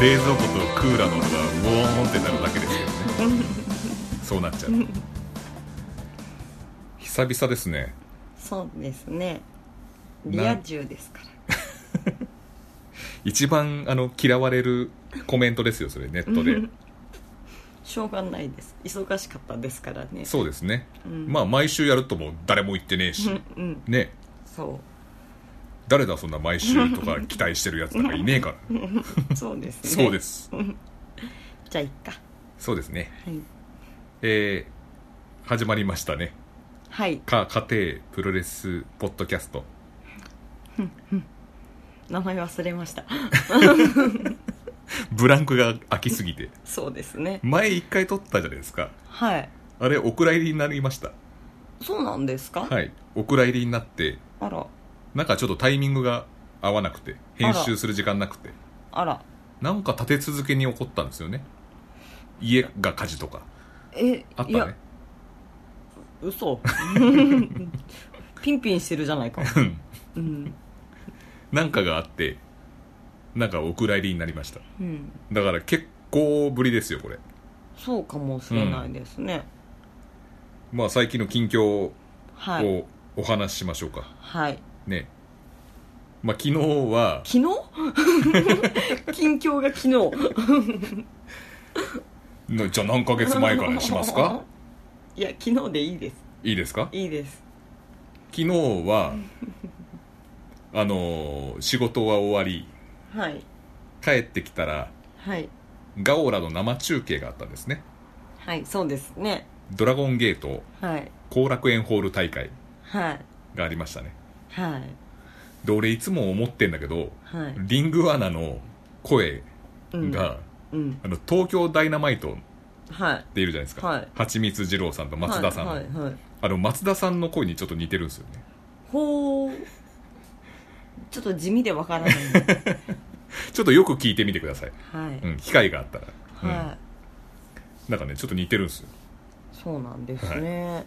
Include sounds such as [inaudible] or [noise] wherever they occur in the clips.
冷蔵庫とクーラーの音が無音ってなるだけですけどねそうなっちゃう久々ですねそうですねリア充ですから一番あの嫌われるコメントですよそれネットで [laughs] しょうがないです忙しかったですからねそうですね、うんまあ毎週やるとも誰も言ってねえ [laughs] し、うんうんねそ [laughs] 誰だそんな毎週とか期待してるやつなんかいねえからうそうですねそうですじゃあいっかそうですねはい、えー始まりましたねはい、か家庭プロレスポッドキャスト名前忘れました [laughs] ブランクが空きすぎてそうですね前一回撮ったじゃないですかはいあれお蔵入りになりましたそうなんですか、はいお蔵入りになってあらなんかちょっとタイミングが合わなくて編集する時間なくてあらなんか立て続けに起こったんですよね家が火事とかえあったいねや [laughs] 嘘ピンピンしてるじゃないかうんうんなんかがあってなんかお蔵入りになりましたうんだから結構ぶりですよこれそうかもしれないですね、まあ最近の近況をはいお話ししましょうか、はいねまあ昨日は昨日 [laughs] 近況が昨日のじゃあ何ヶ月前からします [laughs] かいや昨日でいいですいいですかいいです昨日はあのー仕事は終わりはい帰ってきたらはいガオラの生中継があったんですねはいそうですねドラゴンゲートはい後楽園ホール大会はいがありましたねはいで俺いつも思ってんだけどはいリングアナの声うんが、うんあの東京ダイナマイトっはいているじゃないですか、はいちみつ二郎さんと松田さん、はいはいはいあの松田さんの声にちょっと似てるんですよねほうちょっと地味でわからない [laughs] ちょっとよく聞いてみてください、はい、うん、機会があったら、うんはい、なんかねちょっと似てるんですよそうなんですね、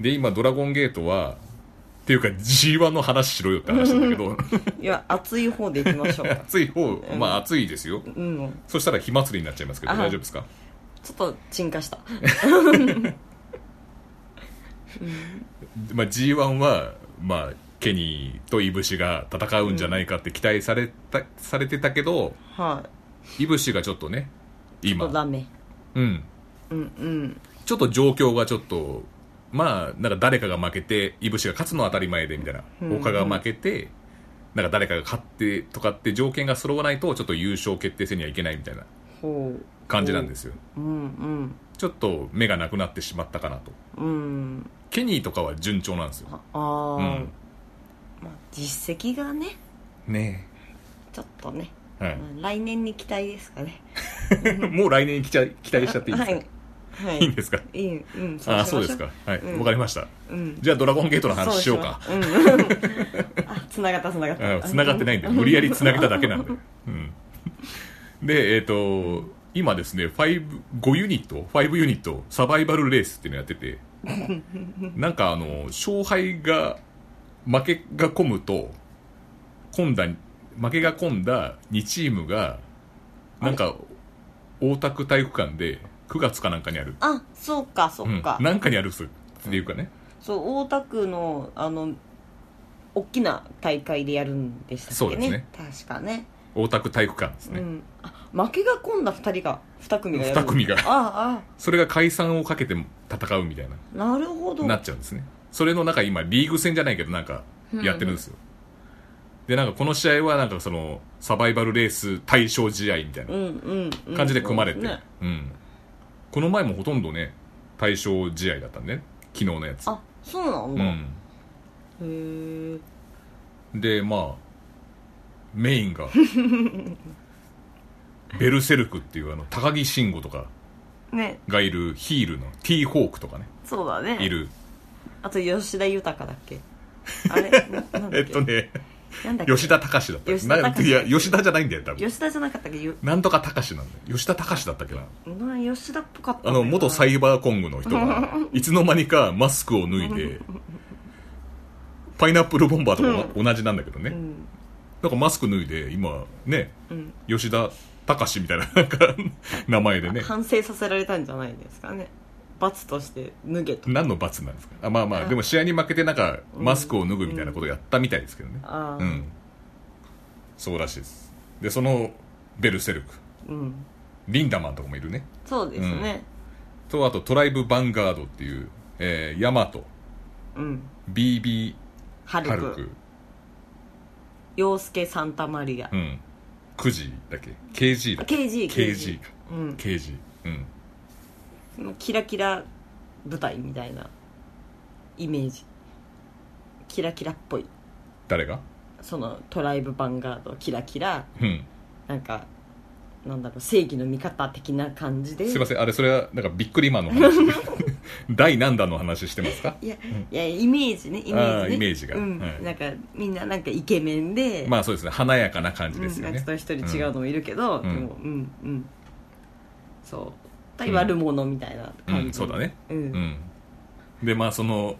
で今ドラゴンゲートはっていうか G1 の話しろよって話なんだけどい、や熱い方でいきましょ [laughs] う熱い方まあうん熱いですようんそしたら火祭りになっちゃいますけどあ大丈夫ですかちょっと沈下したまあ、G1 は、まあ、ケニーとイブシが戦うんじゃないかって期待された、されてたけどはイブシがちょっとねいちょっ今とダメうん、うんうんちょっと状況がちょっとまあなんか誰かが負けてイブシが勝つのは当たり前でみたいなうん他が負けてなんか誰かが勝ってとかって条件が揃わないとちょっと優勝決定戦にはいけないみたいなほう感じなんですようんちょっと目がなくなってしまったかなとうんうんケニーとかは順調なんですよああ、うんまあ、実績がねねちょっとね、え、はいうん来年に期待ですかね [laughs] もう来年に来ちゃ期待しちゃっていいですか、はいはいい、いんですかいいうんああそうですかはいわう、んかりましたうんじゃあドラゴンゲートの話しようかそしまうん [laughs] あ繋がった繋がっうんた繋がってないんで無理やり繋げただけなんで、うん、でえっ、と今ですね5 5ユニット5ユニットサバイバルレースっていうのやっててなんかあの勝敗が負けが込むと込んだ負けが込んだ2チームがなんか大田区体育館で9月かなんかにあるあそうかそううんか、なんかにあるっすっていうかねそう大田区のあの大きな大会でやるんでしたっけそうですね確かね大田区体育館ですね、うんあ負けが込んだ2人が2組がやる2組があそれが解散をかけて戦うみたいなあなるほどなっちゃうんですねそれのなんか今リーグ戦じゃないけどなんかやってるんですよ、でなんかこの試合はなんかそのサバイバルレース対象試合みたいうんうん、うん、な感じで組まれて、そうですねうん、この前もほとんどね対象試合だったんで、ね、昨日のやつあそうなんうだ、んへえでまあメイン [laughs] がベルセルクっていうあの高木慎吾とかねがいるヒールの T ホークとかねそうだねいるあと吉田豊だっけあれな [laughs] なんだっけえっとねなんだっけ吉田隆だった吉田なん隆いや吉田じゃないんだよ多分吉田じゃなかったっけゆなんとか隆なんだよ吉田隆だったっけなな吉田っぽかったんだあよなの元サイバーコングの人 [laughs] がいつの間にかマスクを脱いでパイナップルボンバーとかも同じなんだけどね、うんなんかマスク脱いで今ねうん吉田たかしみたいな、なんか、名前でね。反省させられたんじゃないですかね罰として脱げと何の罰なんですかあまあまあ、あでも試合に負けてなんか、うんマスクを脱ぐみたいなことをやったみたいですけどね。あうあん。そうらしいです。で、その、ベルセルク。うん、リンダマンとかもいるね。そうですねと、あと、トライブ・ヴァンガードっていう、えー、ヤマト、うん、 BB、ハルハルクク、洋介サンタマリアう、ん。9時だっけ ?KG だっけ KG ?KG か。うん、 KG。うん。もうキラキラ舞台みたいなイメージキラキラっぽい誰がそのトライブヴァンガードキラキラうん。なんかなんだろう正義の味方的な感じですいません、あれ、それは、なんか、ビックリマンの話。 [laughs] 第何弾の話してますかいやいやイメージねイメーあジーねイメージがうんはいなんかみんななんかイケメンで、まあそうですね、華やかな感じですようん、ね。ちょっと一人違うのもいるけど、でもうんうんそう対うん悪者みたいな感じ、うんそうだねうん、うん。で、まあその、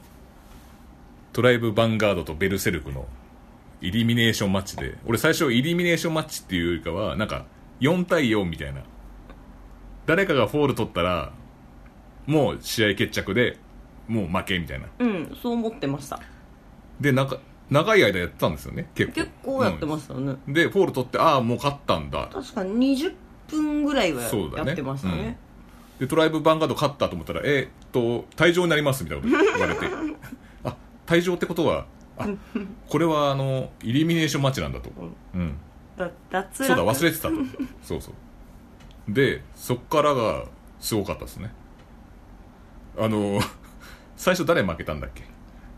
トライブ・ヴァンガードとベルセルクのイリミネーションマッチで、俺最初イリミネーションマッチっていうよりかは、なんか4対4みたいな。誰かがフォール取ったら、もう試合決着で、もう負けみたいな。うんそう思ってましたで、なんか、長い間やってたんですよね、結構。結構やってましたよね、うんで、フォール取って、ああ、もう勝ったんだ。確かに20分ぐらいはそうだねやってましたねで、トライブ・ヴァンガード勝ったと思ったら、えーっと、退場になりますみたいなこと言われて、あ、退場ってことは、あ、これはあの、イリミネーションマッチなんだと。うん。だ脱そう落だ、忘れてたと。そうそう。で、そっからが、すごかったですね。あの、最初誰負けたんだっけ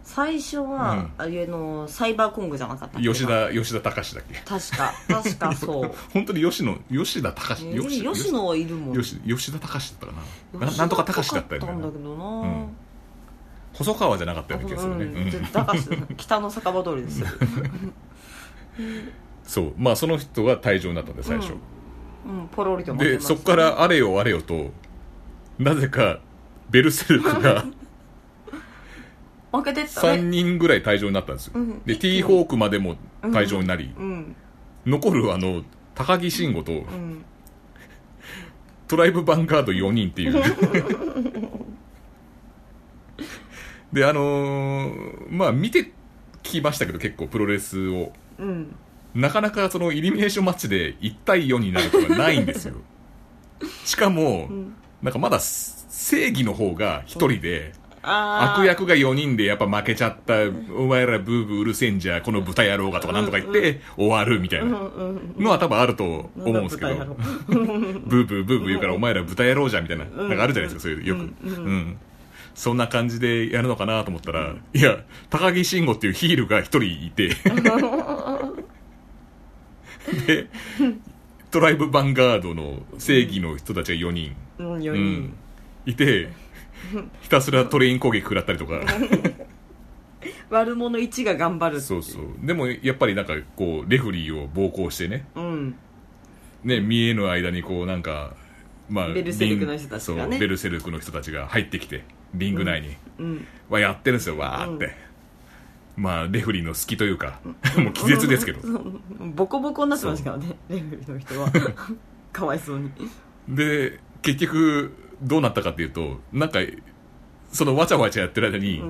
最初は、あれのサイバーコングじゃなかったっけ吉田、吉田隆だっけ確か確か [laughs] そう本当に吉野、吉田隆、ね吉野はいるもん吉吉田隆だったかなな吉田なんとか隆だったよ高んだねけどな、ん細川じゃなかったような気がするね、ううんん、絶対高須北の酒場通りです [laughs] よ、そうまあその人が退場になったんで最初、うん、ポロリと負けでましたそねこからあれよあれよとなぜかベルセルクが [laughs] 負けてった3ね人ぐらい退場になったんですよ、うんで一気 T にホークまでも退場になり、うん残るあの高木慎吾とうんトライブヴァンガード4人っ [laughs] ていうであのーまあ見てきましたけど結構プロレスをうんなかなかそのイリミネーションマッチで1対4になることがないんですよしかも、んなんかまだ正義の方が1人で、あー悪役が4人でやっぱ負けちゃった、お前らブーブーうるせえんじゃこの豚野郎がとかなんとか言って、終わるみたいなのは多分あると思うんですけど、なんだ豚野郎ブーブーブーブー言うからお前ら豚野郎じゃんみたいな、なんかあるじゃないですか、そういう、よく。うん。そんな感じでやるのかなと思ったら、いや、高木慎吾っていうヒールが一人い [laughs] て、で、トライブヴァンガードの正義の人たちが4人、うん4う人ん、いて、ひたすらトレイン攻撃食らったりとか、悪者1が頑張るそうそう。でもやっぱりなんかこう、レフェリーを暴行してね、うんね、見えぬ間にこうなんか、まあ、ベルセルクの人たちがねリンそうベルセルクの人たちが入ってきてリング内に、うんまあ、やってるんですよわーって、まあレフェリーの隙というか [laughs] もう気絶ですけどボコボコになってましたからねレフェリーの [laughs] 人はかわいそうにで結局どうなったかっていうとなんかそのわちゃわちゃやってる間に、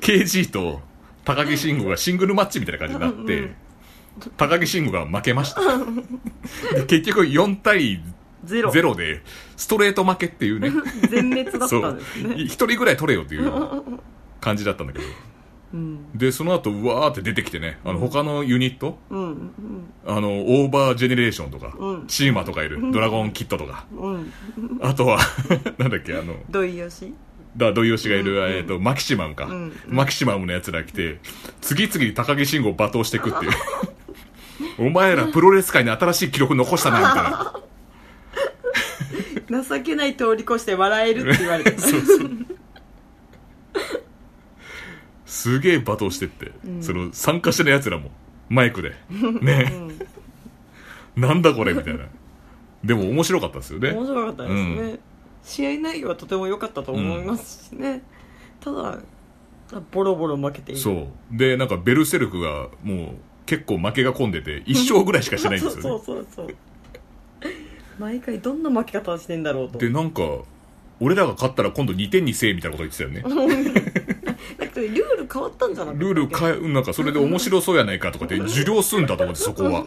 KG と高木慎吾がシングルマッチみたいな感じになって、うん高木慎吾が負けましたで結局4対ゼロ0でストレート負けっていうね [laughs] 全滅だっそたんうですねい一人ぐらい取れよっていう感じだったんだけどうんでその後うわーって出てきてねあの他のユニットうんあのオーバージェネレーションとか、うんチーマとかいるドラゴンキッドとか、うんうんあとは [laughs] なんだっけあの土井よしだ土井善がいる、うんうんえー、とマキシマムか、んマキシマムのやつら来て次々に高木慎吾を罵倒していくっていう [laughs] お前らプロレス界に新しい記録残したなみたいな情けない通り越して笑えるって言われて [laughs] そうそうすげえ罵倒してって、その参加してるやつらもマイクでね、なんだこれみたいなでも面白かったですよね面白かったですね、試合内容はとても良かったと思いますしね、ただボロボロ負けているそうでなんかベルセルクがもう結構負けが込んでて1勝ぐらいしかしてないんですよ [laughs] ねそうそうそうそう毎回どんな負け方をしてんだろうとでなんか俺らが勝ったら今度2点にせえみたいなこと言ってたよねだってルール変わったんじゃなくてルール変えうんなんかそれで面白そうやないかとかって受領すんだと思ってそこは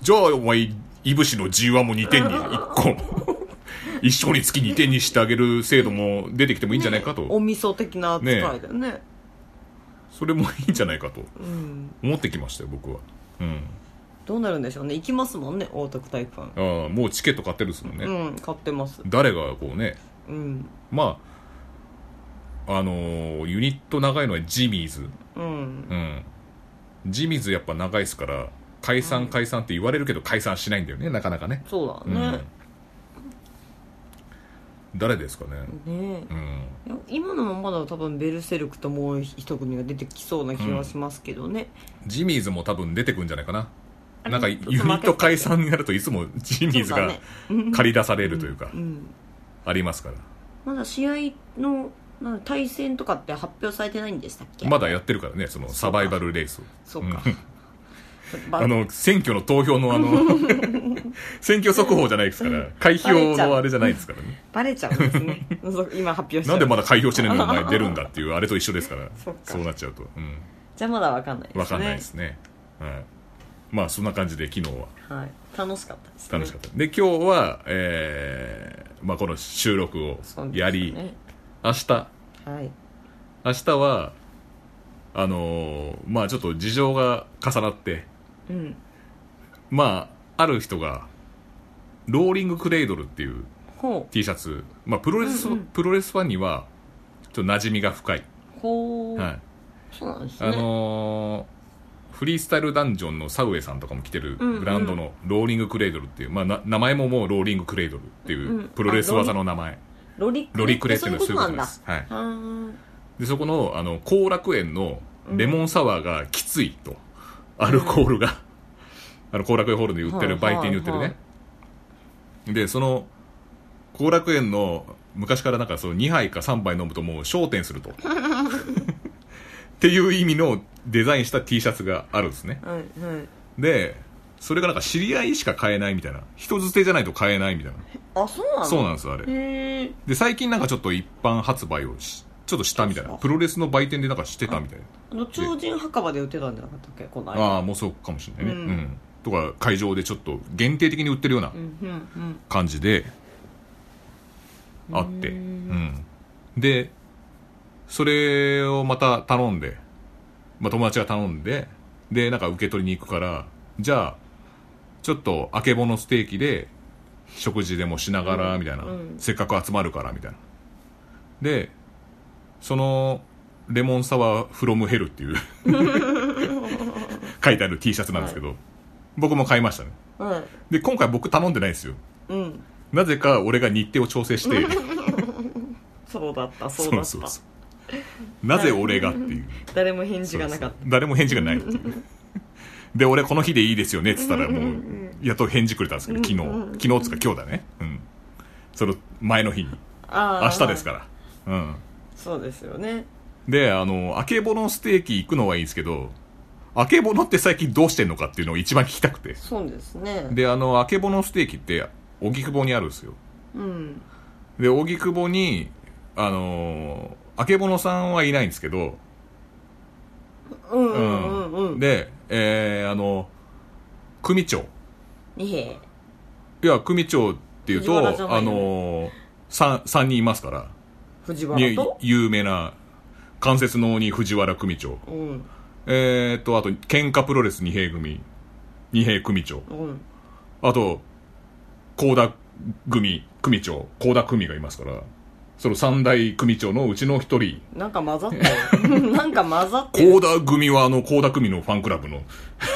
じゃあお前いぶしの G1 も2点に1個 [laughs] 一生につき2点にしてあげる制度も出てきてもいいんじゃないかおと味噌的な扱いだよねそれもいいんじゃないかとうん、思ってきましたよ僕はうんどうなるんでしょうね行きますもんね大田区体育館、ああもうチケット買ってるっすもんね、うん買ってます誰がこうねうんまああのーユニット長いのはジミーズうんうんジミーズやっぱ長いっすから解散解散って言われるけど解散しないんだよねなかなかねそううだんね、誰ですかねねうんいや今のもまだ多分ベルセルクともう一組が出てきそうな気はしますけどね、ジミーズも多分出てくんじゃないかなあれなんかユちょっとニット解散になるといつもジミーズそうだがね借り出されるというかうん、ありますからまだ試合のなんか対戦とかって発表されてないんでしたっけまだやってるからねそのサバイバルレースをそうか、 [laughs] ばあの選挙の投票 [laughs] のあの選挙速報じゃないですから開票のあれじゃないですからねバレちゃうんです [laughs] ねそう今発表しちゃなうんでまだ開票してないのにお前出るんだっていうあれと一緒ですから [laughs] そっかそうなっちゃうと、うん、じゃあまだわかんないですね分かんないですね、はい、まあそんな感じで昨日ははい、楽しかったです、ね、楽しかった、で今日は、えーまあ、この収録をそうですねやり、明日はい明日はあのーまあちょっと事情が重なってうんまあある人がローリングクレイドルっていうほ T シャツ、まあ、プロレス、うんうんプロレスファンにはちょっと馴染みが深い、うほう、はい、そうなんですねあのーフリースタイルダンジョンのサウェイさんとかも着てるうんうんブランドのローリングクレイドルっていう、まあ、な名前ももうローリングクレイドルってうんいううんプロレス技の名前、ロリクロリクレっっててそいういううこのはそとういうこなとんだあです、はい、ーでそこのあの後楽園のレモンサワーがきついと、アルコールが [laughs] あの後楽園ホールで売ってるはい売店に売ってるね、はいはでその後楽園の昔からなんかその2杯か3杯飲むともう焦 [laughs] 点するとっていう意味のデザインした T シャツがあるんですねはいはいでそれがなんか知り合いしか買えないみたいな人捨てじゃないと買えないみたいなあそうなのそうなんですよあれへえで最近なんかちょっと一般発売をしちょっとしたみたいなプロレスの売店でなんかしてたみたいなあの超人墓場で売ってたんじゃなかったっけこの間ああもうそうかもしれないね、ううんんとか会場でちょっと限定的に売ってるようなうんうん感じでうんあって、ううんん、でそれをまた頼んで、まあ、友達が頼んででなんか受け取りに行くからじゃあちょっとあけぼのステーキで食事でもしながうらんみたいな、うんせっかく集まるからみたいなでそのレモンサワーフロムヘルっていう [laughs] 書いてある T シャツなんですけど、僕も買いましたねはいで今回僕頼んでないんですようんなぜか俺が日程を調整して [laughs] そうだったそうだったうなぜ俺がって [laughs] いう誰も返事がなかっそうそう誰も返事がないっていうで俺この日でいいですよねっつったらもうやっと返事くれたんですけど昨日昨日っつうか今日だねうんその前の日にたあー明日ですからうんそうですよねであのあけぼのステーキ行くのはいいんですけどあけぼのって最近どうしてんのかっていうのを一番聞きたくてそうですねであのあけぼのステーキって荻窪にあるんですようんで荻窪にあのー、あけぼのさんはいないんですけど、うんううんうんうんでえー、あの組長いえいや組長っていうと、藤原じゃないあのー、3, 三人いますから藤に原と有名な関節の鬼藤原組長うんえー、とあと喧嘩プロレス二平組二平組長うんあと高田組組長高田組がいますからその三大組長のうちの一人なんか混ざったよ [laughs] なんか混ざってる高田組はあの高田組のファンクラブの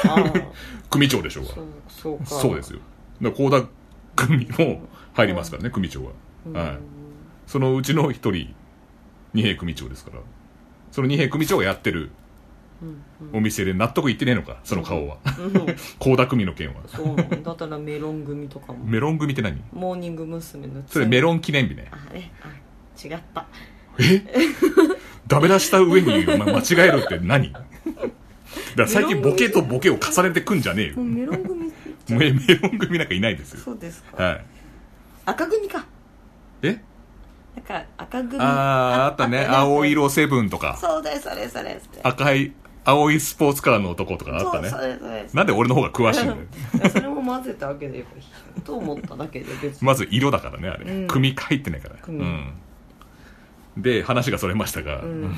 あー組長でしょうがそうそうかそうですよだから高田組も入りますからね組長は、はいそのうちの一人二兵組長ですからその二兵組長がやってるお店で納得いってねえのかその顔は高田組の件はそうなんだったらメロン組とかもメロン組って何モーニング娘。のそれメロン記念日ねあれあ違ったえダメ出した上にお前間違えるって何だから最近ボケとボケを重ねてくんじゃねえよもうメロン組メメロン組なんかいないですよそうですかはい。赤組かえなんか赤組あああったね青色セブンとかそうですそれそれそれ赤い青いスポーツカーの男とかあったねそうそれそれなんで俺の方が詳しいんだようん [laughs] それも混ぜたわけでと思っただけで別にまず色だからねあれ、うん組入ってないから、う組ん、で話がそれましたが、うんも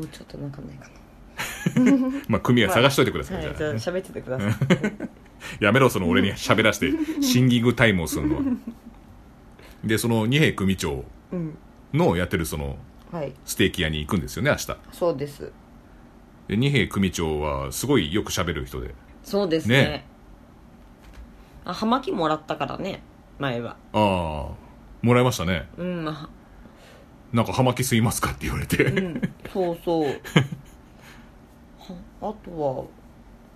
うちょっとなんかないか [laughs] まあ組は探しといてくださ、ないはいじじゃゃああね喋っててくださいやめろその俺に喋らせてシンギングタイムをするのはでその二兵組長うんのやってるそのはいステーキ屋に行くんですよね明日そうですで二兵組長はすごいよく喋る人でそうですねねあ葉巻もらったからね前はああもらいましたねうんまあなんか葉巻吸いますかって言われて、うんそうそうはあとは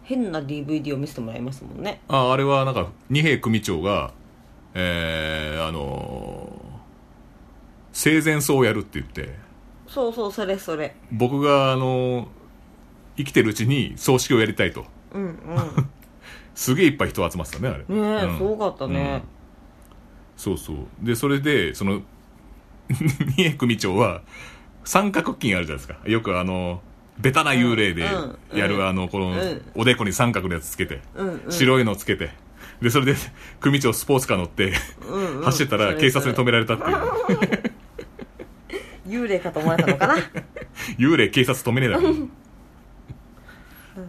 変な DVD を見せてもらいましたもんね [laughs] ああれはなんか二兵組長がえー、あのー生前葬をやるって言ってそうそうそれそれ僕があのー生きてるうちに葬式をやりたいとうんう [laughs] すげえいっぱい人集まってたねあれんねえ、うんすごかったね、そうそうでそれでその [laughs] 二重組長は三角筋あるじゃないですかよくあのベタな幽霊でうんうんやる、あのこの、んおでこに三角のやつつけて、うんうん白いのつけてでそれで組長スポーツカー乗って、うんうん走ってたら警察に止められたっていう幽霊かと思われたのか [laughs] な幽霊警察止めねえだろ、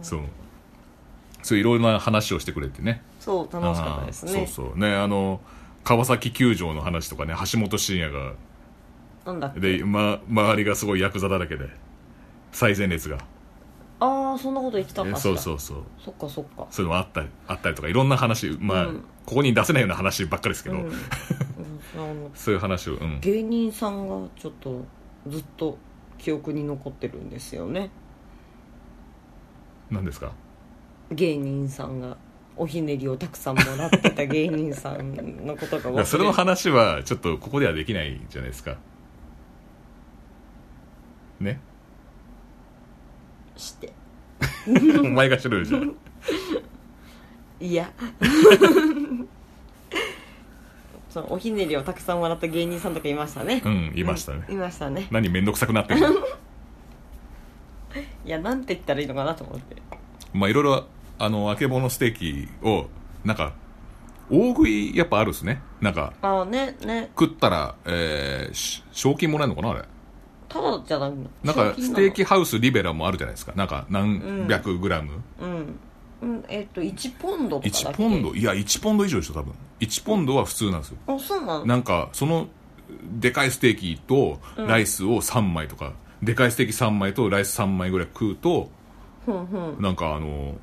[laughs] そうそういろいろな話をしてくれてねそう楽しかったですねあーそうそうねあの川崎球場の話とかね橋本真也がなんだっけで、ま、周りがすごいヤクザだらけで最前列がああそんなこと言ってたかしえらそうそうそうそっかそっかそういうのもあったりあったりとかいろんな話まあ、うんここに出せないような話ばっかりですけうど、ん、うん、あのそういう話をうん芸人さんがちょっとずっと記憶に残ってるんですよね何ですか芸人さんがおひねりをたくさんもらってた芸人さんのことが忘いやれそれの話はちょっとここではできないじゃないですかね [laughs] してお前がしろよじゃあい [laughs] やそのおひねりをたくさんもらった芸人さんとかいましたねうんいましたねいましたね何面倒くさくなってるの [laughs] いやなんて言ったらいいのかなと思ってまあいろいろあのあけぼのステーキをなんか大食いやっぱあるっすねなんかああねね食ったら、えーし賞金もらえるのかなあれただじゃなくなんかステーキハウスリベラもあるじゃないですかなんか何百グラム、うん、うん、えっ、と1ポンドとかだっ1けポンドいや1ポンド以上でしょ多分1ポンドは普通なんですよあそうなのなんかそのでかいステーキとライスを3枚とか、でかいステーキ3枚とライス3枚ぐらい食うとふんふんなんかあの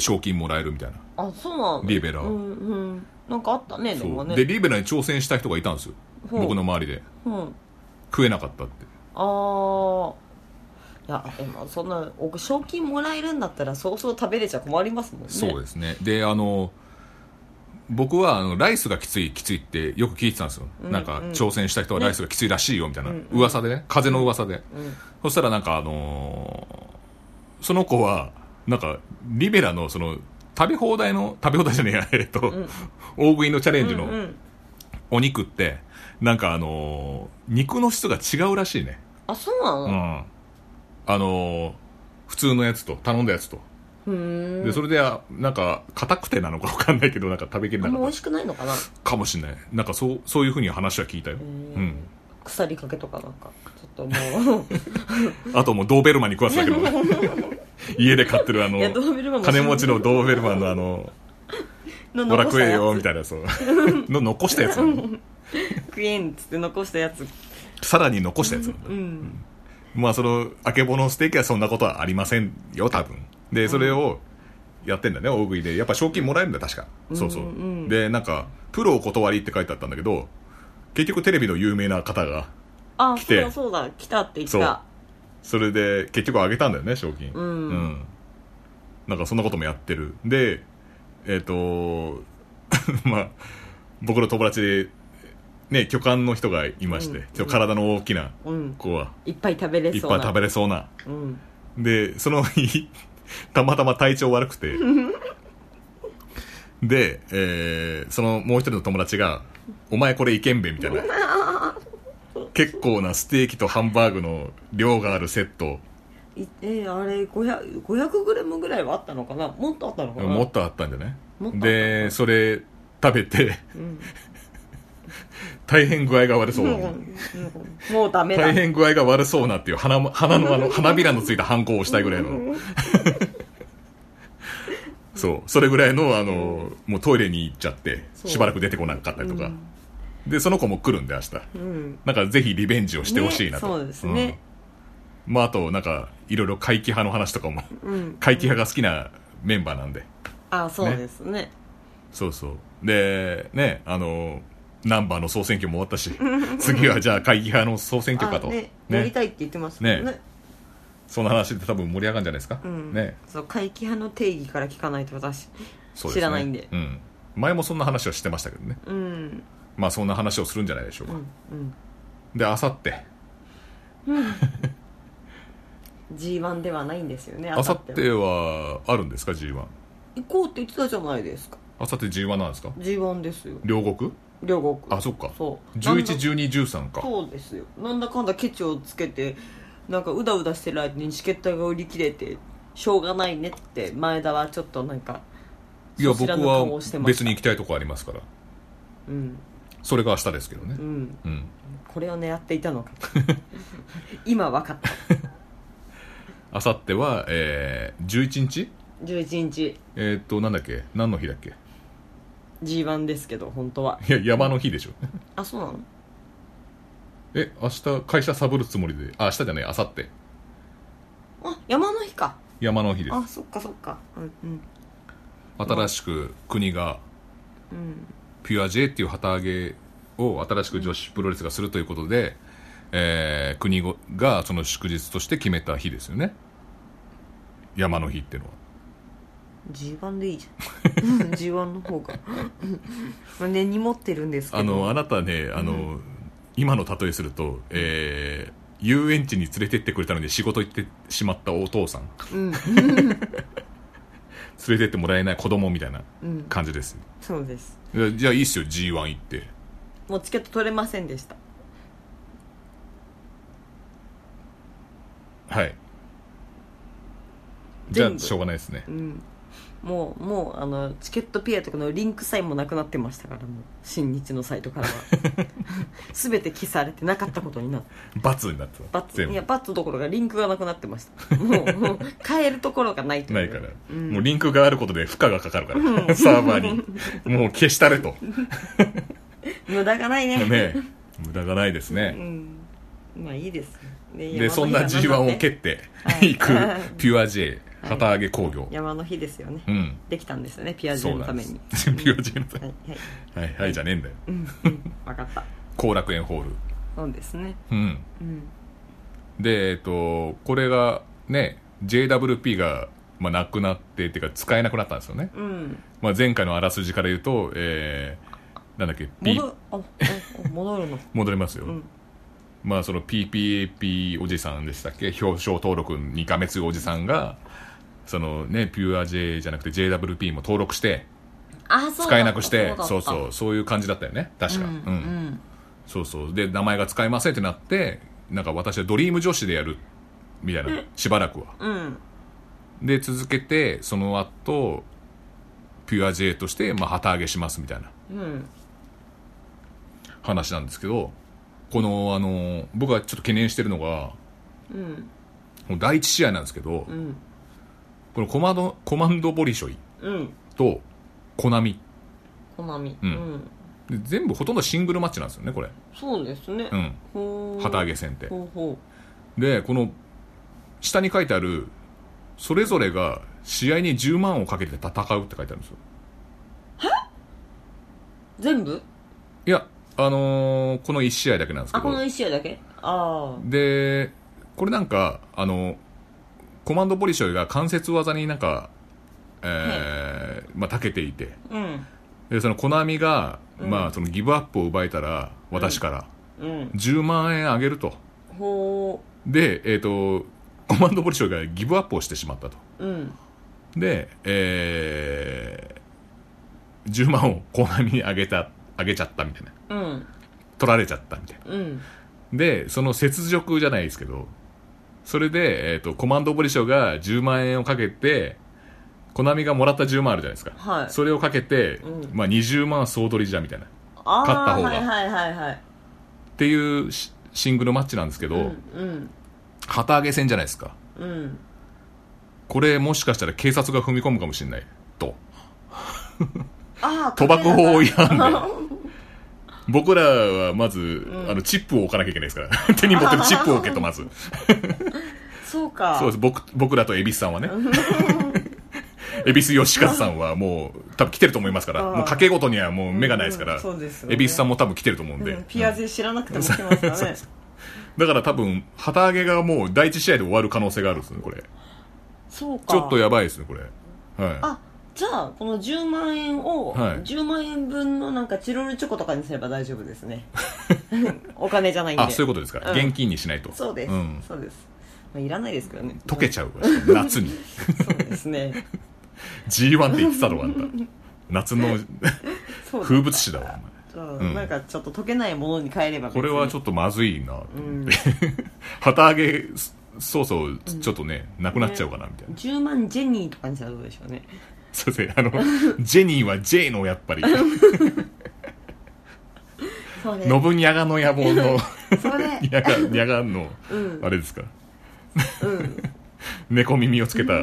賞金もらえるみたいなあそうなのリベラうんうんなんかあったねでそもうねでリベラに挑戦した人がいたんですよほう僕の周りでうん食えなかったってああいやでもそんなお賞金もらえるんだったらそうそう食べれちゃ困りますもんねそうですねであの僕はあのライスがきついきついってよく聞いてたんですよ、うんなんかうん挑戦した人はライスがきついらしいよみたいな、うん噂でね風の噂で、うんそしたらなんかあのーその子はなんかリベラのその食べ放題の食べ放題じゃねえや [laughs] えっと、ん大食いのチャレンジうんうのんお肉ってなんかあのー肉の質が違うらしいねあそうなうのん、あのー普通のやつと頼んだやつとふーんでそれであなんか硬くてなのか [laughs] 分かんないけどなんか食べきれあなんまか美っ味しくないのかなたかもしれないなんかそうそういうふうに話は聞いたよ、うん、鎖かけとかなんかちょっとも [laughs] あともうドーベルマンに食わせたけ [laughs] ど家で買ってるあうのいやドーベルマンも金持ちのドーベルマンのあののほら残し食たえやよつみたい [laughs] なそうの残したやつなの食えんっつって残したやつさらに残したやつなのうんまあそのあけぼのステーキはそんなことはありませんよ多分でそれをやってんだね大食いでやっぱ賞金もらえるんだ確かそうそうううんんでなんかプロお断りって書いてあったんだけど結局テレビの有名な方があそ来うてだそうだ来たって言っそうたそれで結局あげたんだよね賞金うんんなんかそんなこともやってるでえっ、と [laughs] まあ僕の友達でね巨漢の人がいまして、うんちょっと体の大きなうん子はいっぱい食べれいっそうなぱい食べれそうなうんでその日 [laughs] たまたま体調悪 [laughs] くてで、えーそのもう一人の友達がお前これいけんべみたいな結構なステーキとハンバーグの量があるセットいえあれ500 500グラムぐらいはあったのかなもっとあったのかなもっとあったんじゃないもっとあったでそれ食べて [laughs] うん大変具合が悪そううんうんもうダメだ大変具合が悪そうなっていう鼻も鼻のあの花びらのついた反抗をしたいぐらい [laughs] のうんそうそれぐらいのあのもうトイレに行っちゃってそうしばらく出てこなかったりとか、でその子も来るんで明日うんなんかぜひリベンジをしてほしいなと、ねそうですねうんまああとなんかいろいろ怪奇派の話とかもうん怪奇派が好きなメンバーなんであそうですねそうそうでねあのナンバーの総選挙も終わった [laughs] し次はじゃあ会議派の総選挙かあと、ねやりねたいって言ってますけどねねその話で多分盛り上がるんじゃないですか、うんねそう怪奇派の定義から聞かないと私そうですね知らないんでうん、前もそんな話をしてましたけどねうんまあそんな話をするんじゃないでしょううか、んうんであさって G1 ではないんですよねあさ明っ後て日ははあるんですか G1 行こうって言ってたじゃないですかあさって G1 なんですか G1 ですよ両国両国あそっかそう111213かそうですよなんだかんだケチをつけてなんかうだうだしてる間にチケットが売り切れてしょうがないねって前田はちょっとなんかいやそち僕らのは顔をしてました別に行きたいとこありますからうんそれが明日ですけどねうんうんこれを狙っていた [laughs] のか今分かったあさっては、えー、11日11日えーっとなんだっけ何の日だっけ [laughs] G1 ですけど本当はいや山の日でしょ [laughs] あそうなのえ明日会社サボるつもりであ明日じゃないあさってあ山の日か山の日ですあそっかそっかうんうん新しく国がうんピュア J っていう旗揚げを新しく女子プロレスがするということで、えー国がその祝日として決めた日ですよね山の日っていうのは G1 でいいじゃん [laughs] G1 の方が [laughs] まあ根に持ってるんですけどあのあなたねあの、今の例えすると、えー遊園地に連れてってくれたのに仕事行ってしまったお父さん [laughs] うん連れてってもらえない子供みたいなうん感じです、そうですじゃあいいっすよ G1 行ってもうチケット取れませんでしたはいじゃ全あ部しょうがないですねうんもうもうあのチケットピアとかのリンクさえもなくなってましたからもう新日のサイトからは [laughs] 全て消されてなかったことになって罰になってたバツ全いや部バツどころかリンクがなくなってましたもうもう変えるところがないとないから、うんもうリンクがあることで負荷がかかるから、サーバーにもう消したれと無駄がないねね無駄がないですうね、んまあいいですででそんな G1 を蹴けってはいいく、ピュア J 旗揚げ工業、山の日ですよね、うんできたんですよねピアジそェうのなたんめですに [laughs] ピュア J のたはめにいはいはいはいじゃねえんだようんうん分かった後楽園ホールそうですねうんうんでえっとこれがね JWP が、まあ、なくなってっていうか使えなくなったんですよね、うんまあ、前回のあらすじから言うとえー、なんだっけ、P 戻るあああ戻るの戻りますよ、んまあその PPAP おじさんでしたっけ表彰登録2か月おじさんがそのねピュア J じゃなくて JWP も登録してあそうだ使えなくしてだったそうそうそういう感じだったよね確か、うんうんそうそうで名前が使えませんってなってなんか私はドリーム女子でやるみたいな [laughs] しばらくはうんうんで続けてその後ピュア J として、まあ、旗揚げしますみたいなうん話なんですけどこのあの僕がちょっと懸念してるのがうんもう第一試合なんですけど、うんこのコマドコマンドボリショイうんとコナミ好みううんん、で全部ほとんどシングルマッチなんですよねこれ、そうですね、うん、ほう旗揚げ戦ってほうほでこの下に書いてあるそれぞれが試合に10万をかけて戦うって書いてあるんですよう全部いやあのーこの1試合だけなんですけあこどの一試合だけあでこれなんかあのコマンドボリショイが関節技になんかえーまあ長けていてあうんでそのコナミが、うんまあそのギブアップを奪えたら私からうん10万円あげるとほでえっ、とコマンドボリショイがギブアップをしてしまったとううんでえー10万をコナミにあげたあげちゃったみたいな。うん取られちゃったみたいな。うんで、その雪辱じゃないですけど、それで、えっ、と、コマンドオリショが10万円をかけて、コナミがもらった10万あるじゃないですか。はいそれをかけて、うんまあ20万総取りじゃみたいな。っあ勝ったあ方がはいはいはいはいていうシシングルマッチなんですけど、うん旗揚げ戦じゃないですか。うんうんこれもしかしたら警察が踏み込むかもしれない。と。ああ。賭博法違反で [laughs] 僕らはまず、んあの、チップを置かなきゃいけないですから。 [laughs] 手に持ってるチップを置けと、まず。そうかそうです。僕、僕らと恵比寿さん [laughs] はね。恵比寿吉和さんはもう、多分来てると思いますから。あーもう掛け事にはもう目がないですから。うんそうですよね恵比寿さんも多分来てると思うんで。うんピア勢知らなくても来てますからねだから多分、旗揚げがもう第一試合で終わる可能性があるんですね、これ。そうかちょっとやばいですね、これ。はあじゃあこの10万円をはい10万円分のなんかチロルチョコとかにすれば大丈夫です [laughs] ねお金じゃないい。んであ、そういうことですか。うん現金にしないと。そうです、ん。そうです、まあ、いらないですけどね溶けちゃうわ夏に。そうです [laughs] ね G1 って言ってたのがあんた。夏のそう風物詩だわ、お前。うんなんかちょっと溶けないものに変えればこれはちょっょっとまずいなとと、うん、 [laughs] 旗揚げそうそうちょっとね、なくなっちゃうかなみたいな、 10万ジェニーとかにしたらどうでしょうねすいませんあのジェニーは J のやっぱりそうねノブニャガの野望 [laughs] の [laughs] それニャガニャガの、うんあれですかうん猫耳をつけた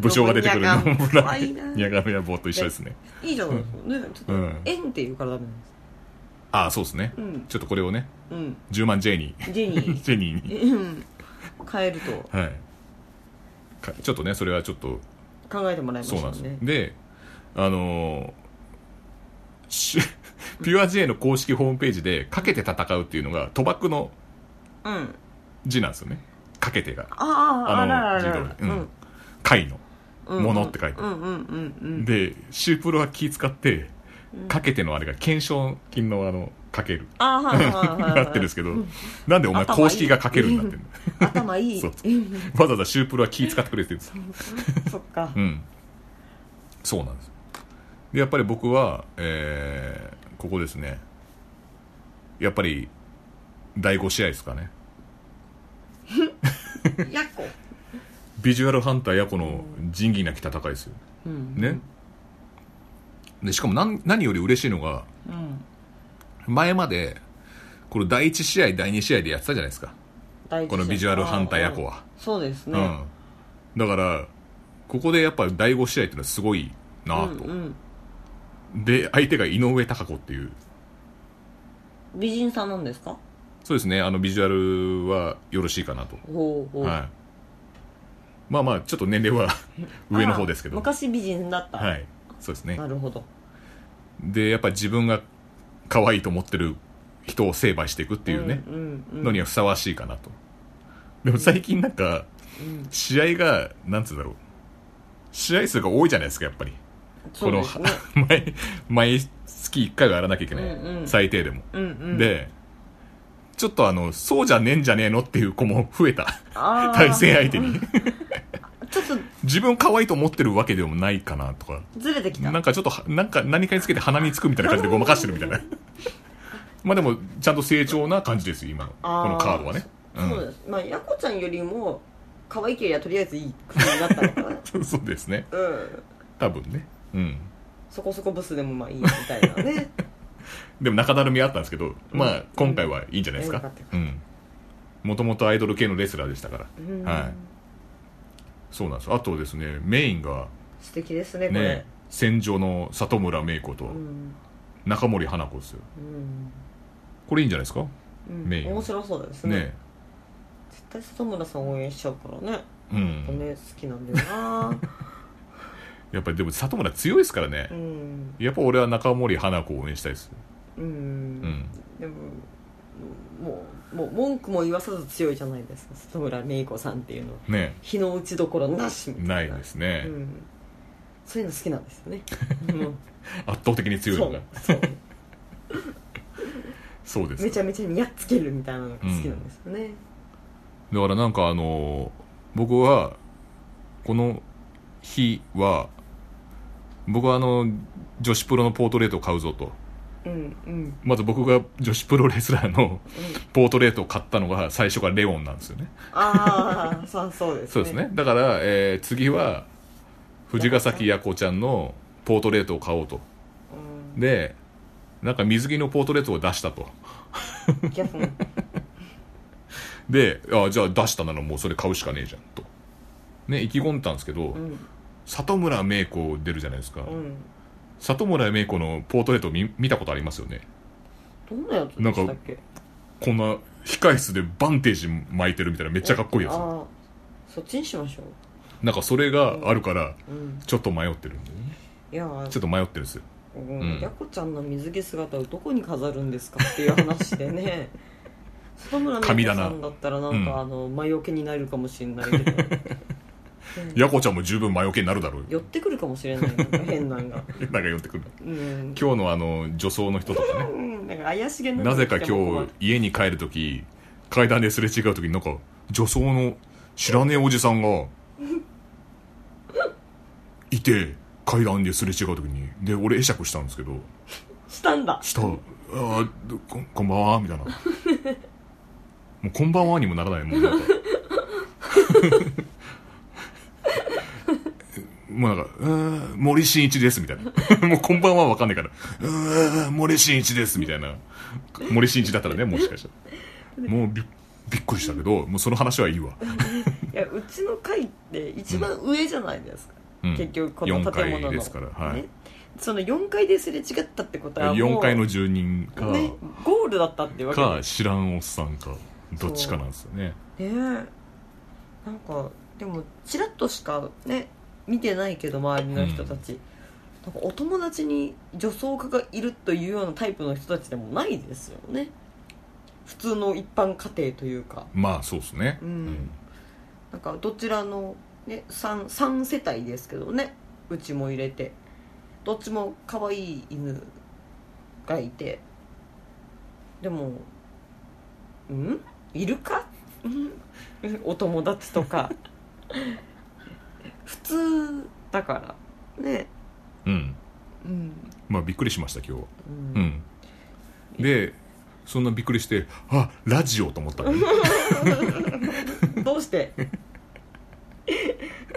武将が出てくるののもニ可愛いなャガの野望と一緒ですねいいじゃないですかねちょっとうん円っていうからダメなんですああそうですね、うんちょっとこれをねうん10万 J にジェニージェニーにうん変えるとはいかちょっとねそれはちょっと考えてもらいましそうょなんうですねであのーしピュア J の公式ホームページで「かけて戦う」っていうのが賭博のうん字なんですよね「かけて」があああのらららら字通りうん「貝の」うんものって書いてうんうんうんでシュープロは気使ってうん「かけて」のあれが懸賞金のあの「かけるああはいは」いはいはない [laughs] ってるんですけどなんでお前頭いい公式が「かける」になってるの頭いいそうわざわざシュープロは気使ってくれてるんですそっかうんそうなんですでやっぱり僕は、えーここですねやっぱり第5試合ですかねやっこビジュアルハンターやこの仁義なき戦いですようんねでしかも何何より嬉しいのがうん前までこれ第1試合第2試合でやってたじゃないですか第一このビジュアルハンターやこはそうですうねんだからここでやっぱり第5試合っていうのはすごいなうと、んうんで相手が井上貴子っていう美人さんなんですかそうですね、あのビジュアルはよろしいかなと。ほうほうはい。まあまあ、ちょっと年 [laughs] 齢は上の方ですあけど。昔美人だったはい。そうですねな。るほどで、やっぱり自分が可愛いと思ってる人を成敗していくっていうね、うんうんうんのにはふさわしいかなと。でも最近なんか、試合が、なんつうんだろう。試合数が多いじゃないですか、やっぱり。そうの、ですね毎、毎月1回はやらなきゃいけない。うんうん最低でも。うんうんで、ちょっとあの、そうじゃねえんじゃねえのっていう子も増えた。あ [laughs] ー対戦相手ちに。ょっと自分可愛いと思ってるわけでもないかなとか。ずれてきたなんかちょっとは、なんか何かにつけて鼻につくみたいな感じでごまかしてるみた [laughs] いな。まあでも、ちゃんと成長な感じですよ、今の。あこのカードはね。そそうです、まあやこちゃんよりも可愛いけりゃとりあえずいい感じになったのか [laughs] なうん。そうですね。うん多分ね。うん。そこそこブスでもまあいいみたいなねでも中だるみあったんですけど、まあ今回はいいんじゃないですよかかったよ。うん。もともとアイドル系のレスラーでしたから。うんはい。そうなんです。あとですね、メインが、素敵ですねこれね、戦場の里村芽衣子とうん中森花子ですよ。うんこれいいんじゃないですかうんメイン面白そうですねね。絶対里村さん応援しちゃうからね、うん。ね好きなんだよ [laughs] なやっぱりでも里村強いですからねう、んやっぱ俺は中森花子を応援したいですうん、うんでももうもう文句も言わさず強いじゃないですか里村芽衣子さんっていうのはね日の打ちどころなしみたいなないですね、うん、そういうの好きなんですよね [laughs] うん圧倒的に強いのがそうそうそうですめちゃめちゃにやっつけるみたいなのが好きなんですよね、だからなんかあのー僕はこの日は僕はあの女子プロのポートレートを買うぞとうんうんまず僕が女子プロレスラーのポートレートを買ったのが最初がレオンなんですよねああそうそうですねそうですねだから、えー次は藤ヶ崎やこちゃんのポートレートを買おうとでなんか水着のポートレートを出したとうんギャフンであじゃあ出したならもうそれ買うしかねえじゃんとね意気込んだんですけど、うん里村芽衣子出るじゃないですか、うん里村芽衣子のポートレート見見たことありますよねどんなやつでしたっけこんな控室でバンテージ巻いてるみたいなめっちゃかっこいいやあつーそっちにしましょなんかそれがあるからううんちょっと迷ってるんでねいやーちょっと迷ってるんですようんうんやこちゃんの水着姿をどこに飾るんですかっていう話で [laughs] ね里村芽神衣棚子さんだったらなんか、うんあの魔除けになるかもしれないけどねやこちゃんも十分魔除けになるだろう寄っよてくるかもしれないなんか変なんがなんか寄ってくるうん、今日のあの女装の人とかねうん、なんか怪しげななぜか今日家に帰る時階段ですれ違う時になんか女装の知らねえおじさんがいて階段ですれ違う時にで俺会釈したんですけどしたんだしたら「あーこんこんばんは」みたいな「もうこんばんは」にもならないもうなんか [laughs] もうなんか「うーん森進一です」みたいな [laughs] もう「こんばんは」わかんないから「うーん森進一です」みたいな森進一だったらねもしかしたらもうびびっくりしたけどもうその話はいいわ、いやうちの階って一番上じゃないですか、うん、結局この建物4の階ですから、はいね、その4階ですれ違ったってことはもう4階の住人か、ねゴールだったっていうわけか知らんおっさんかどっちかなんですよねねえなんかでもちらっとしかね見てないけど周りの人たち、なんかお友達に女装家がいるというようなタイプの人たちでもないですよね普通の一般家庭というかまあそうですねうんなんかどちらの、ね、3, 三世帯ですけどねうちも入れてどっちも可愛い犬がいてでも「んいるか?うん」お友達とか [laughs] 普通だからねうんうんまあびっくりしました今日ううんんでそんなびっくりしてあラジオと思ったのねどうして [laughs]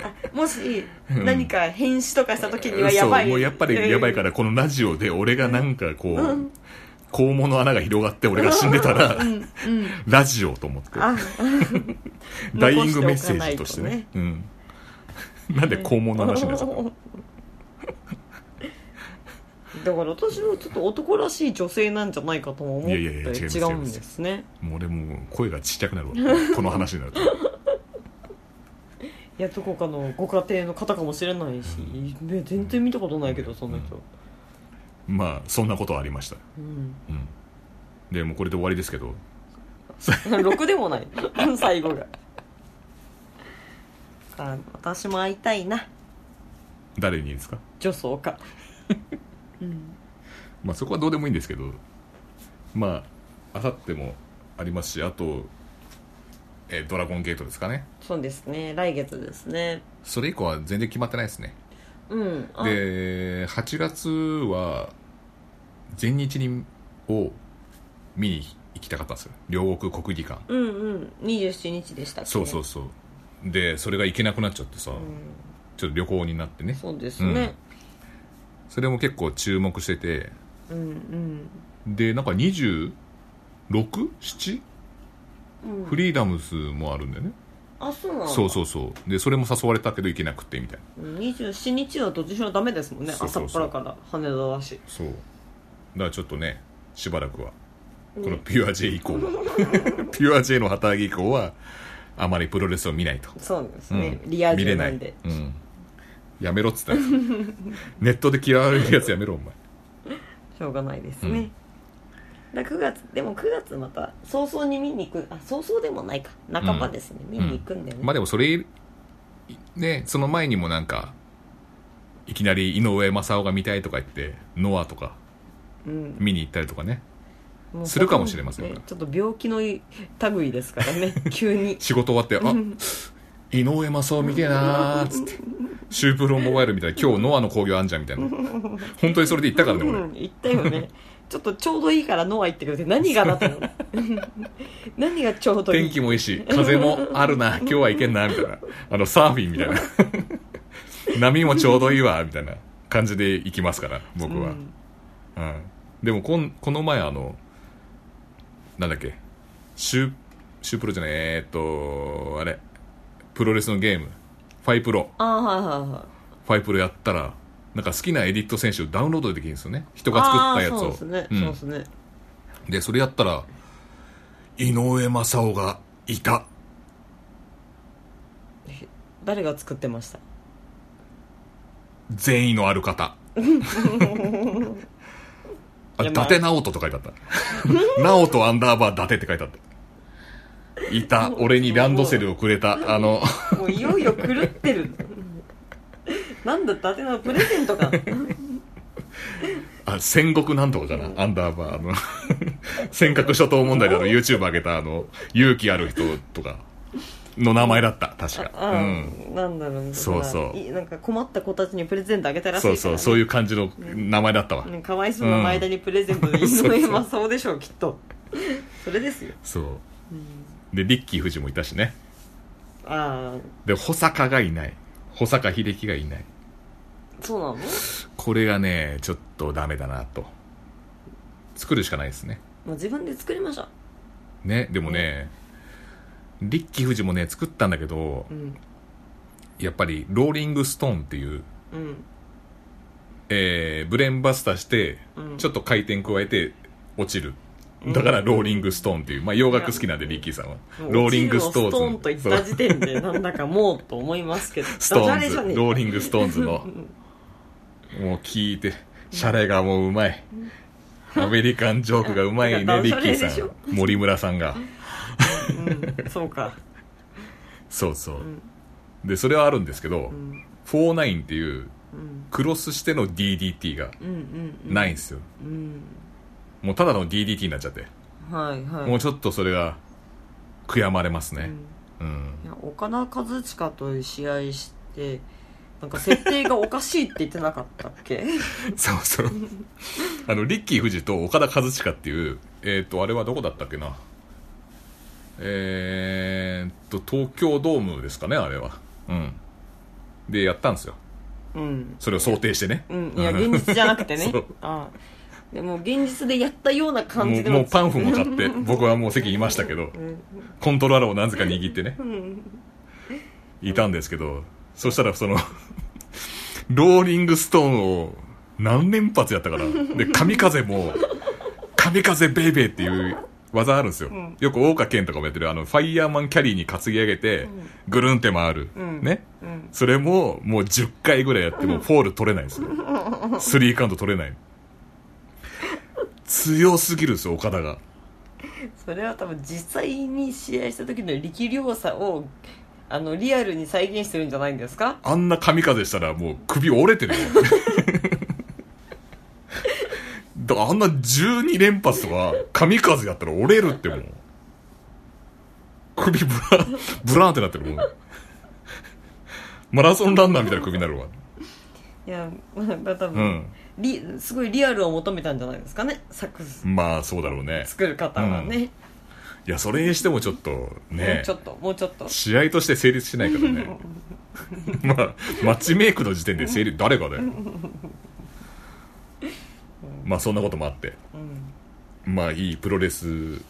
あもし何か変死とかした時にはやばい、そうもうやっぱりやばいからこのラジオで俺がなんかこう、肛門の穴が広がって俺が死んでたらうんうんラジオと思ってあ [laughs] ダイイングメッセージとしてねうんなん [laughs] で肛門の話になっちゃったのだから私はちょっと男らしい女性なんじゃないかとも思っていやいやいや違います違うんですねもう俺もう声がちっちゃくなるわこの話になるといやどこかのご家庭の方かもしれないし、ね全然見たことないけどそんな人、まあそんなことはありましたうん、 [laughs] うんでもうこれで終わりですけど6でもない [laughs] 最後があ私も会いたいな誰にですか女装家、うん、まあそこはどうでもいいんですけどまああさってもありますしあと、えードラゴンゲート」ですかねそうですね来月ですねそれ以降は全然決まってないですねうんあで8月は全日にを見に行きたかったんですよ両国国技館うんうん27日でしたっけそうそうそうでそれが行けなくなっちゃってさ、うんちょっと旅行になってねそうですね、それも結構注目しててうん、うんでなんか 26?7? うんフリーダムスもあるんだよねあそうなのそうそうそうでそれも誘われたけど行けなくてみたいなうん27日はどっちにしろダメですもんねそうそうそう朝っぱらから羽田だしそうだからちょっとねしばらくはこのピュア J 以降は [laughs] ピュア J の旗揚げ以降はあまりプロレスを見ないと、そうですうんね、リア充なんで見れない、うん、やめろっつった [laughs] やつネットで嫌われるやつやめろお前しょうがないですね、だから9月でも9月また早々に見に行くあ早々でもないか半ばですね、見に行くんだよね、まあでもそれいねその前にもなんかいきなり井上正雄が見たいとか言ってノアとかうん見に行ったりとかねもうするかもしれませんねちょっと病気の類ですから [laughs] ね急に仕事終わって、あ、井上正雄見てえなーっつって、シュープロモバイルみたいな、今日ノアの興行あんじゃんみたいな。本当にそれで行ったからね、 [laughs] うん言ったよねちょっとちょうどいいからノア行ってくれて何がだと思う [laughs] 何がちょうどい天い気もいいし、風もあるな、今日はいけんな、みたいな。あの、サーフィンみたいな。波もちょうどいいわ、みたいな感じで行きますから、僕は。うんうん、でもこんこの前あのなんだっけシュシュープロじゃないえーっとあれプロレスのゲームファイプロああはいはいはいファイプロやったらなんか好きなエディット選手をダウンロードできるんですよね人が作ったやつをあーそうですね、んそうですねでそれやったら井上正雄がいた誰が作ってました善意のある [laughs] 方あいや伊まあ達直人と書いてあった [laughs] 「直人アンダーバー伊達」って書いてあったいた俺にランドセルをくれたあのもういよいよ狂ってるなんだ伊達のプレゼント [laughs] かあ戦国なんとかかなアンダーバーあの [laughs] 尖閣諸島問題であの YouTube 上げたあの勇気ある人とかの名前だった確かあ、うんーなんだろうそうそういなんか困った子たちにプレゼントあげたらしいかそら、うね、そうそういう感じの名前だったわ、ねかわいそうな前田にプレゼントでいいの今そうでしょうきっとそれですよそうでリッキー富士もいたしねああで保坂がいない保坂秀樹がいないそうなのこれがねちょっとダメだなと作るしかないですねまあ自分で作りましょうねでもね、リッキー富士もね作ったんだけどうんやっぱりローリングストーンっていう、うんえーブレーンバスターして、うんちょっと回転加えて落ちるだからローリングストーンっていう、まあ、洋楽好きなんでリッキーさんはもうローリングスト落ちるをストーーンと言ンっズた時点でなんだかもうと思いますけどストーダジャレンズじゃねえかローリングストーンズのもう聞いてシャレがもううまいアメリカンジョークがうまいだかねらリッキーダジさャレん森村さんがうんそうかそうそう、んでそれはあるんですけど、うん49っていううんクロスしての DDT がうんうんうんないんですよ、うんもうただの DDT になっちゃって、はいはいもうちょっとそれが悔やまれますうねんうん、いや岡田和親と試合してなんか設定がおかしいって言ってなかったっけ [laughs] そうそうあのリッキー富士と岡田和親っていうえっ、とあれはどこだったっけなえー、っと東京ドームですかねあれはうんでやったんですようんそれを想定してねうん、いや現実じゃなくてね [laughs] そうああでも現実でやったような感もじうでもうパンフもも買って僕はもう席にいましたけうどんコントローラーをなぜか握ってねうんいたんですけどそしたらそのローリングストーンを何連発やったからで神風も神風ベイベーっていう技あるんですよ、んよく大岡健とかもやってるあのファイヤーマンキャリーに担ぎ上げてぐるんって回る、うんねうんそれももう10回ぐらいやってもフォール取れないんですよスリーカウント取れない強すぎるんですよ岡田がそれは多分実際に試合した時の力量差をあのリアルに再現してるんじゃないんですかあんな神風したらもう首折れてるよ。 [laughs] だからあんな12連発とか神風やったら折れるってもう。首ブラン、ブランってなってるもう。マラソンランナーみたいな首になるわ。いやなんか多う分、ん。りすごいリアルを求めたんじゃないですかね作まあそうだろうね。作る方はね、いや、それにしてもちょっともねうちょ、っともうちょっと試合として成立しないからね。まあ、マッチメイクの時点で成立、誰がだよ。まあそんなこともあって。うんまあいいプロレス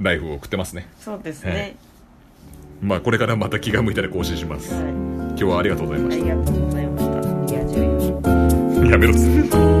ライフを送ってますね。そうですね、まあこれからまた気が向いたら更新します。は今日はありがとうございまい、あしりがとうございましたリア充た。やめろ。